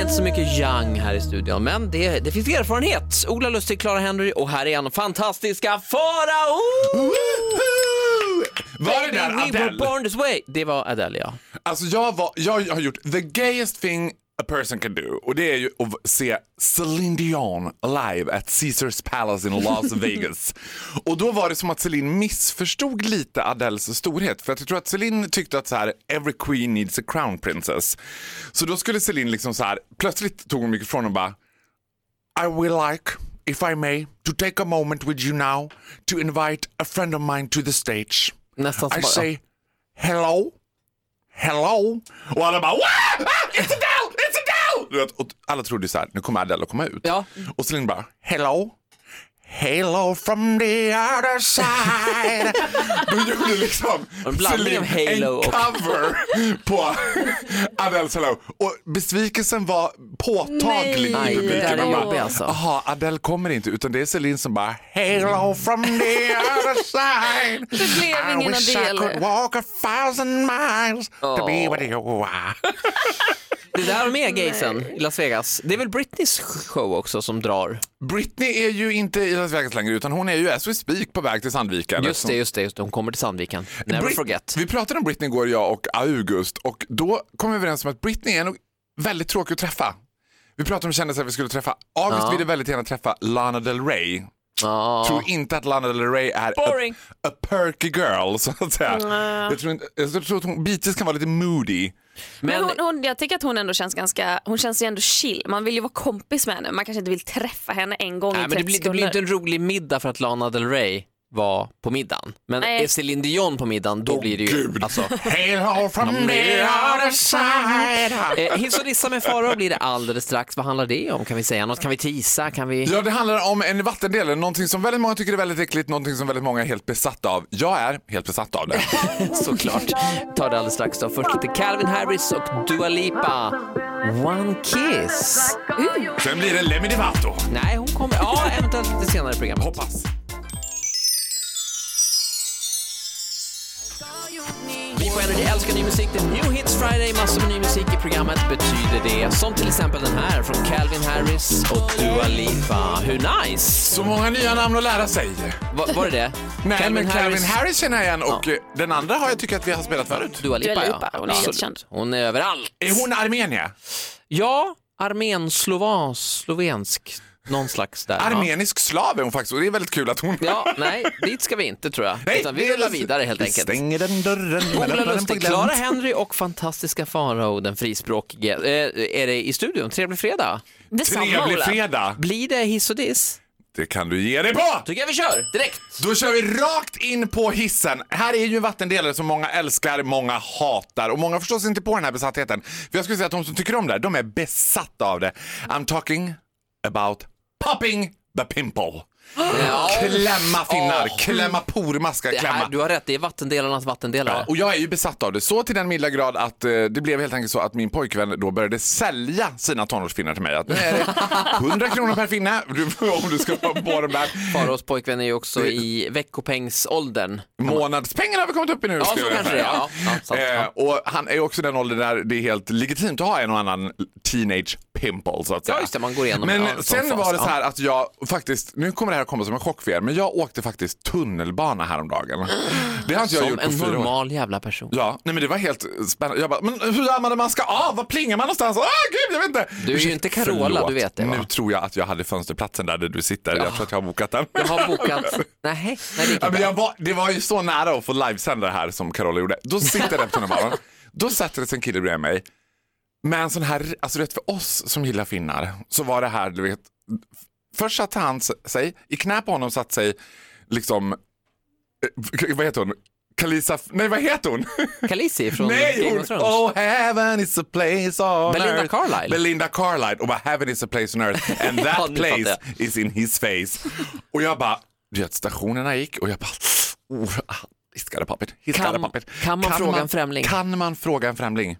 inte så mycket young här i studion, men det, det finns erfarenhet. Ola Lustig, Clara Henry och här är han, fantastiska Farao! Var det där We were Adele? born this way. Det var Adele, ja. Alltså jag, var, jag har gjort the gayest thing a person can do och det är ju att se Celine Dion live at Caesars Palace in Las Vegas. och då var det som att Celine missförstod lite Adeles storhet för att jag tror att Celine tyckte att så här every queen needs a crown princess. Så då skulle Celine liksom så här plötsligt tog hon mikrofonen och bara I would like, if I may, to take a moment with you now to invite a friend of mine to the stage. Nästan så I bara- say hello, hello. Och alla bara "Wah! ah, it's Adele, it's Adele! Du vet, och alla trodde så här, nu kommer Adele att komma ut. Ja. Och Celine bara hello. Hello from the other side. Då gjorde liksom En blandning av Celine Halo en och- cover på Adeles Hello. Och besvikelsen var påtaglig Nej, i det där publiken. är Man jobbigt, bara, alltså. Aha, Adele kommer inte utan det är Celine som bara Hello from the other side. Det blev ingen I wish I Adele. could walk a thousand miles to be with you. Det där med gaysen i Las Vegas. Det är väl Britneys show också som drar? Britney är ju inte i Las Vegas längre utan hon är ju as we speak på väg till Sandviken. Just det, just det, just det. Hon kommer till Sandviken. Never Brit- forget. Vi pratade om Britney igår, jag och August, och då kom vi överens om att Britney är nog väldigt tråkig att träffa. Vi pratade om kändisar vi skulle träffa. August ville väldigt gärna träffa Lana Del Rey. Ja. Tror inte att Lana Del Rey är Boring. a, a perky girl, så att säga. Jag, tror inte, jag tror att hon bitvis kan vara lite moody. Men Men hon, hon, jag tycker att hon ändå känns ganska, hon känns ju ändå chill. Man vill ju vara kompis med henne. Man kanske inte vill träffa henne en gång i Nej, typ 30 men det blir, det sekunder. blir inte en rolig middag för att Lana Del Rey var på middagen. Men Nej. är Céline Dion på middagen, då blir det ju... Gud. Alltså, Hail from the other side. eh, hiss och dissa med Farao blir det alldeles strax. Vad handlar det om? Kan vi säga något? Kan vi tisa? Kan vi... Ja, det handlar om en vattendelare, någonting som väldigt många tycker är väldigt äckligt, någonting som väldigt många är helt besatta av. Jag är helt besatt av det. Såklart. Tar det alldeles strax då. Först lite Calvin Harris och Dua Lipa. One kiss. Sen blir det Lemmy Di Vato. Nej, hon kommer... Ja, eventuellt lite senare i programmet. Hoppas. Vi på Energy älskar ny musik. Det är New Hits Friday. Massor med ny musik i programmet betyder det. Som till exempel den här från Calvin Harris och Dua Lipa. Hur nice? Så många nya namn att lära sig. Va, var det det? Nej, men Calvin Harris känner jag igen och eh, den andra har jag tycker att vi har spelat förut. Dua Lipa, Dua Lipa, ja. hon är Absolut. jättekänd. Hon är överallt. Är hon armenier? Ja, armen, slovan, slovensk, någon slags där. ja. Armenisk slav är hon faktiskt och det är väldigt kul att hon... ja, nej, dit ska vi inte tror jag. Utan vi det är rullar lustigt. vidare helt vi enkelt. stänger den dörren. men Ola öppnar den på Lustig, glänt. Clara Henry och fantastiska Farao, den frispråkige, eh, är det i studion. Trevlig fredag. Detsamma Trevlig Ola. fredag. Blir det hiss och diss? Det kan du ge dig på! tycker jag vi kör direkt. Då kör vi rakt in på hissen. Här är ju en vattendelare som många älskar, många hatar och många förstår sig inte på den här besattheten. För jag skulle säga att de som tycker om det, här, de är besatta av det. I'm talking about popping the pimple. Klämma finnar, klämma pormaskar, Det klämma. här, du har rätt, det är vattendelarnas vattendelare. Ja, och jag är ju besatt av det, så till den milda grad att eh, det blev helt enkelt så att min pojkvän då började sälja sina tonårsfinnar till mig. Att nu är det 100 kronor per finne du, om du ska ha på de där. Faraos pojkvän är ju också i veckopengsåldern. Månadspengarna har vi kommit upp i nu. så skulle jag kanske säga. det är, ja. Ja, sant, eh, och han är också den åldern där det är helt legitimt att ha en och annan teenage pimple så att säga. Ja, just det, man går igenom Men en sån sen fas, var det så ja. här att jag faktiskt, nu kommer det här komma som en chock för er, men jag åkte faktiskt tunnelbana häromdagen. Det har inte jag Som gjort på en fyra år. normal jävla person. Ja, nej men det var helt spännande. Jag bara, men hur använder man ska av? Var plingar man någonstans? Ah, gud, jag vet inte. Du är ju inte Carola, Förlåt. du vet det, va? Nu tror jag att jag hade fönsterplatsen där, där du sitter. Jag tror att jag har bokat den. Jag har bokat... Nej, nej det gick Ja, men inte. jag var, det var ju så nära att få livesända det här som Carola gjorde. Då sitter jag där på tunnelbanan. Då sätter det sig en kille bredvid mig. Med en sån här, alltså du vet för oss som gillar finnar så var det här, du vet. Först satte han s- sig, i knä på honom satt sig liksom, eh, vad heter hon? Kalisa, nej vad heter hon? Khaleesi från Nej, Game hon, of Thrones. oh heaven is a place on Belinda earth. Carlisle. Belinda Carlisle och bara heaven is a place on earth and Ja, that nu fattar place is in his face. Och jag bara, du vet stationerna gick och jag bara, oh, ah, hiskade pappret, hiskade Kan- pappret. kan man fråga en främling? Kan man fråga en främling?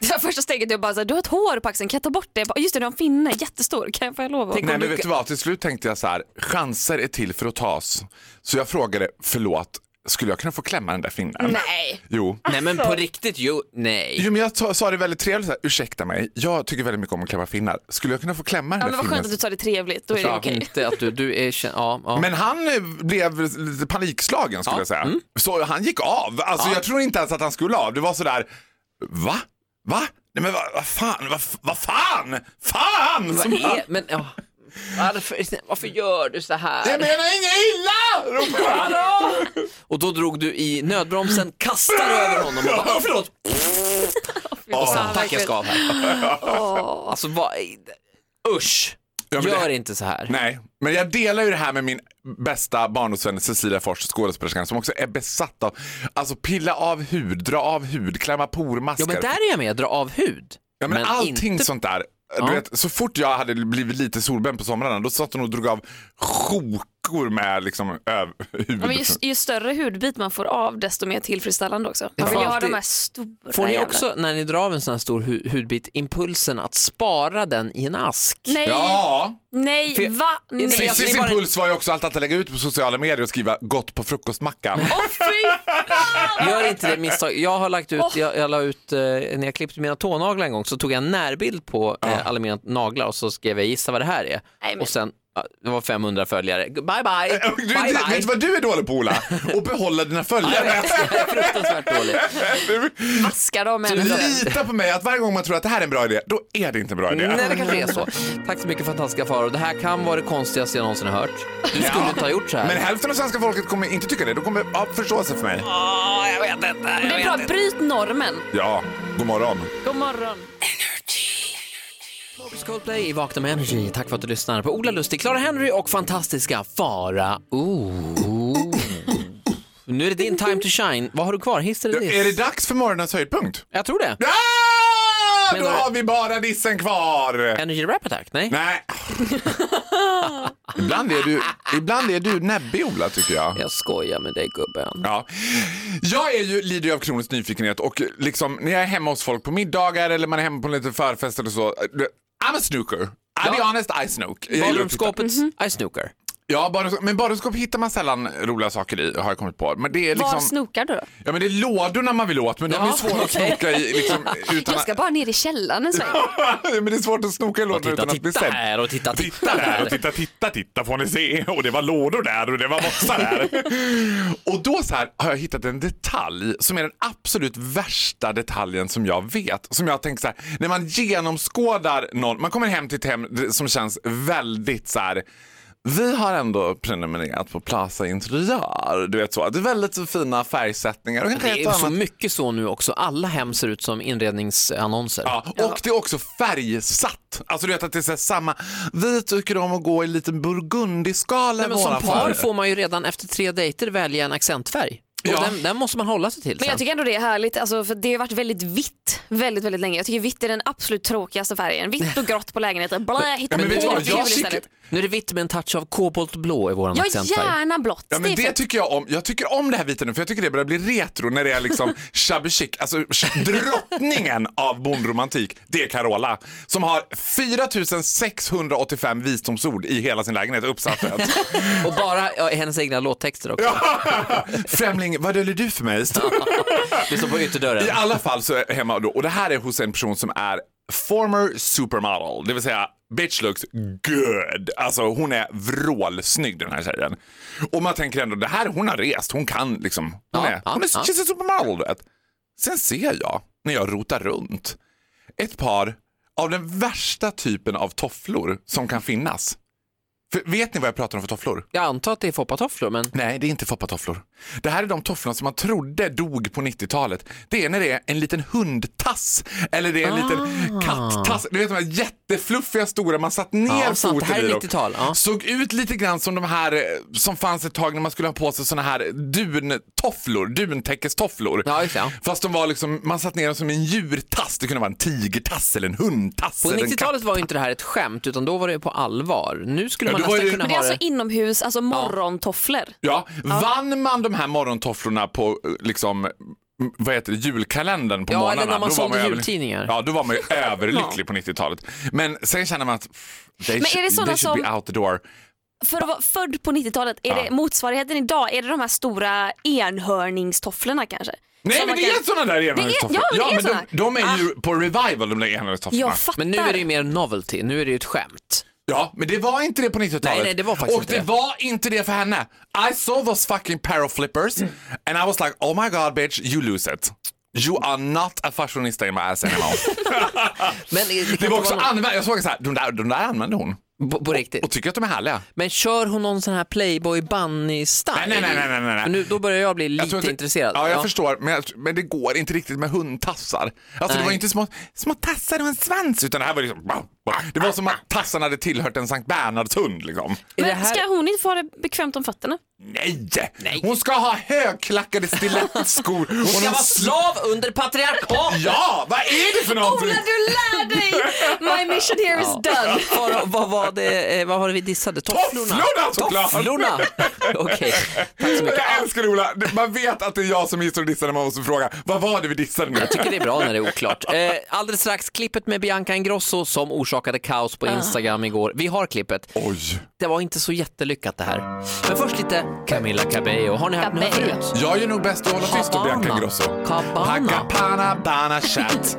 Det första steget är bara så här, du har ett hår på axeln, kan jag ta bort det? Jag Bara, just det, du har en finne, jättestor, kan jag få lov att... Tänk- Nej om men du- vet du vad, till slut tänkte jag så här, chanser är till för att tas. Så jag frågade, förlåt, skulle jag kunna få klämma den där finnen? Nej. Jo. Nej men på riktigt, jo, nej. Jo, men jag ta- sa det väldigt trevligt så här, ursäkta mig, jag tycker väldigt mycket om att klämma finnar. Skulle jag kunna få klämma den Ja, där men vad skönt finnen? att du tar det trevligt, då är det Ja, okej. Inte att du, du är känd, ja, ja. Men han eh, blev lite panikslagen skulle Ja, Mm. jag säga. Så han gick av. Alltså Ja. jag tror inte ens att han skulle av. Det var sådär, va? Va? Nej men vad vad fan, vad vad fan? Fan! Vad Som han- är, men, ja. varför, varför gör du så Jag här? menar inget illa! ropade han. Och då drog du i nödbromsen, kastade över honom och bara, "Åh, förlåt! Och Ja, sen, tack jag verkligen. ska av här. Åh. Alltså vad, usch! Ja, men det- Gör inte så här. Nej, men jag delar ju det här med min bästa barndomsvän Cecilia Fors, skådespelerskan, som också är besatt av, alltså pilla av hud, dra av hud, klämma pormasker. Ja men där är jag med, dra av hud. Ja, men, allting inte- sånt där. Ja. Du vet, så fort jag hade blivit lite solbränd på somrarna då satt hon och drog av sjokor med liksom, öv, hud. Ja, men ju, ju större hudbit man får av desto mer tillfredsställande också. Man vill ju ha alltid- de här stora Får ni jävla- också, när ni drar av en sån här stor hu- hudbit, impulsen att spara den i en ask? Nej, Ja, nej, För- va? Nej. Precis. Åh alltså, det Cissis är bara- impuls var ju också alltid att lägga ut på sociala medier och skriva gott på frukostmackan. fy! Gör inte det misstag. Jag har lagt ut, Åh. jag, jag la ut, eh, när jag klippte mina tånaglar en gång så tog jag en närbild på eh, alla mina naglar och så skrev jag gissa vad det här är. Nej, men- Och sen, ja, det var 500 följare. Bye bye! Eh, Du, bye, du, vet du vad du är dålig på Ola? Och behålla dina följare. Fruktansvärt dåligt. Maskar av människor. Lita på mig att varje gång man tror att det här är en bra idé, då är det inte en bra idé. Nej, det kanske är så. Tack så mycket fantastiska faror. Det här kan vara det konstigaste jag någonsin har hört. Du skulle inte ha gjort så här. Men hälften av svenska folket kommer inte tycka det. De kommer ha förståelse för mig. Åh, Ah, jag vet inte. Det är bra, bryt normen. Ja, god morgon. God morgon. Coldplay i Vakna med Energy. Tack för att du lyssnar på Ola Lustig, Clara Henry och fantastiska Farao. nu är det din time to shine. Vad har du kvar? Hiss eller Ja, diss? Är det dags för morgonens höjdpunkt? Jag tror det. Ah, då Menar du? har vi bara dissen kvar! Energy Rap Attack? Nej. Nej. ibland, är du, ibland är du näbbig, Ola, tycker jag. Jag skojar med dig gubben. Ja. Jag är ju, lider ju av kronisk nyfikenhet och liksom, när jag är hemma hos folk på middagar eller man är hemma på en liten förfest eller så. eh, I'm a snooker. I'll be Ja. honest, I snook. Jag gillar att titta. Badrumsskåpet, I snooker. Ja, badrumsskåp. Men badrumsskåp hittar man sällan roliga saker i, har jag kommit på. Men det är Var liksom, snokar du då? ja, men det är lådorna man vill åt, men de är Ja, svåra att okej. snoka i. Liksom, utan Jag ska bara ner i källaren en sväng. men det är svårt att snoka i lådor titta, utan att bli titta sedd. här och titta, titta här. titta, titta, titta får ni se. Och det var lådor där och det var boxar där. och då så här har jag hittat en detalj som är den absolut värsta detaljen som jag vet. Som jag tänker så här, när man genomskådar någon, man kommer hem till ett hem som känns väldigt så här vi har ändå prenumererat på Plaza Interiör. Du vet så, det är väldigt så fina färgsättningar. Och kanske Det ett är och så annat- mycket så nu också. Alla hem ser ut som inredningsannonser. Ja, och det är också färgsatt. Alltså du vet att det är så här samma. Vi tycker om att gå i lite burgundiskala Nej, men i som våra par affärer. får man ju redan efter tre dejter välja en accentfärg. Och Ja. den, den måste man hålla sig till Men sen. jag tycker ändå det är härligt, alltså, för det har varit väldigt vitt väldigt, väldigt länge. Jag tycker vitt är den absolut tråkigaste färgen. Vitt och grått på lägenheten. Blä, hitta Ja, men på vet du något vad? kul Jag tycker, istället. Nu är det vitt med en touch av koboltblå i våran Ja, accentfärg. gärna blått. ja, men det är typ- det fint. tycker jag om. Jag tycker om det här vita nu för jag tycker det börjar bli retro när det är liksom shabby chic. Alltså sh- drottningen av bondromantik, det är Carola. Som har 4685 visdomsord i hela sin lägenhet uppsatt. Och bara ja, hennes egna låttexter också. Främling, vad döljer du för mig? Det står på ytterdörren. I alla fall så är jag hemma då, och det här är hos en person som är former supermodel, det vill säga bitch looks good. Alltså hon är vrålsnygg den här tjejen. Och man tänker ändå, det här, hon har rest, hon kan liksom. Hon Ja, är, hon är ja, she's a supermodel du vet. Sen ser jag, när jag rotar runt, ett par av den värsta typen av tofflor som kan finnas. För, vet ni vad jag pratar om för tofflor? Jag antar att det är foppatofflor, men Nej, det är inte foppatofflor. Det här är de tofflorna som man trodde dog på 90-talet. Det är när det är en liten hundtass eller det är en liten kattass. Du vet de här jättefluffiga stora man satt ner Ah. Ja, sant. Det foten här är i dem. 90-tal, ja. Såg ut lite grann som de här eh, som fanns ett tag när man skulle ha på sig såna här duntofflor, duntäckestofflor. Ja, just det, ja. Fast de var liksom, man satt ner dem som en djurtass. Det kunde vara en tigertass eller en hundtass. på eller en 90-talet var ju inte det här ett skämt, utan då var det på allvar. Nu skulle Ja, man då var nästan det- kunna Men det är ha alltså det. inomhus, alltså morgontofflor. Ja, vann man de här morgontofflorna på eh, liksom m- vad heter det, julkalendern på Ja, eller morgnarna. när man då var sålde ju över- jultidningar. Ja, då var man ju överlycklig på 90-talet. Men sen känner man att pff, they, är det should, sådana they should be som- out the door. för att vara född på 90-talet, är det motsvarigheten idag, är det de här stora enhörningstofflorna kanske? Nej Som men man det kan- är såna där enhörningstofflor. ja, men det är men såna. de, de är ju på revival de där enhörningstofflorna. Jag fattar. Men nu är det ju mer novelty, nu är det ju ett skämt. Ja, men det var inte det på 90-talet. Nej, nej, det var faktiskt Och inte det det. var inte det för henne. I saw those fucking paraflippers and I was like, oh my god bitch, you lose it. You are not a fashionista in my ass anymore. Men det, kan det var inte också vara någon- använd, jag såg så här, de där, de där använde hon på, på riktigt. och tycker att de är härliga. Men kör hon någon sån här Playboy Bunny-style? Nej, nej, nej, nej, nej, nej. Men Nu, då börjar jag bli Jag lite tror inte- intresserad. Ja, jag förstår. Men, jag- men det går inte riktigt med hundtassar. Alltså, det Nej. var inte små, små tassar och en svans, utan det här var liksom... Det var som att tassarna hade tillhört en Sankt Bernhards hund. Liksom. Är Men det här- ska hon inte få ha det bekvämt om fötterna? Nej! Nej. Hon ska ha högklackade stilettskor. Hon Hon ska vara slav under patriarkat! Ja, vad är det för någonting? Ola, du lär dig! My mission here is done. Vad, vad var det, eh, vad var det vi dissade? Tofflorna? Tofflorna, såklart! Tofflorna! Okej, tack så mycket. Jag älskar Ola. Man vet att det är jag som gissar och dissar när man måste fråga vad var det vi dissade nu? Jag tycker det är bra när det är oklart. Eh, alldeles strax klippet med Bianca Ingrosso som orsakade kaos Ah. på Instagram igår. Vi har klippet. Oj. Det var inte så jättelyckat det här. Men först lite Camilla Cabello. Har ni hört den här Cabello. förut? Jag gör nog bäst att hålla tyst om Cabana. Bianca Ingrosso. Cabana. Hacka pana, bana, chat.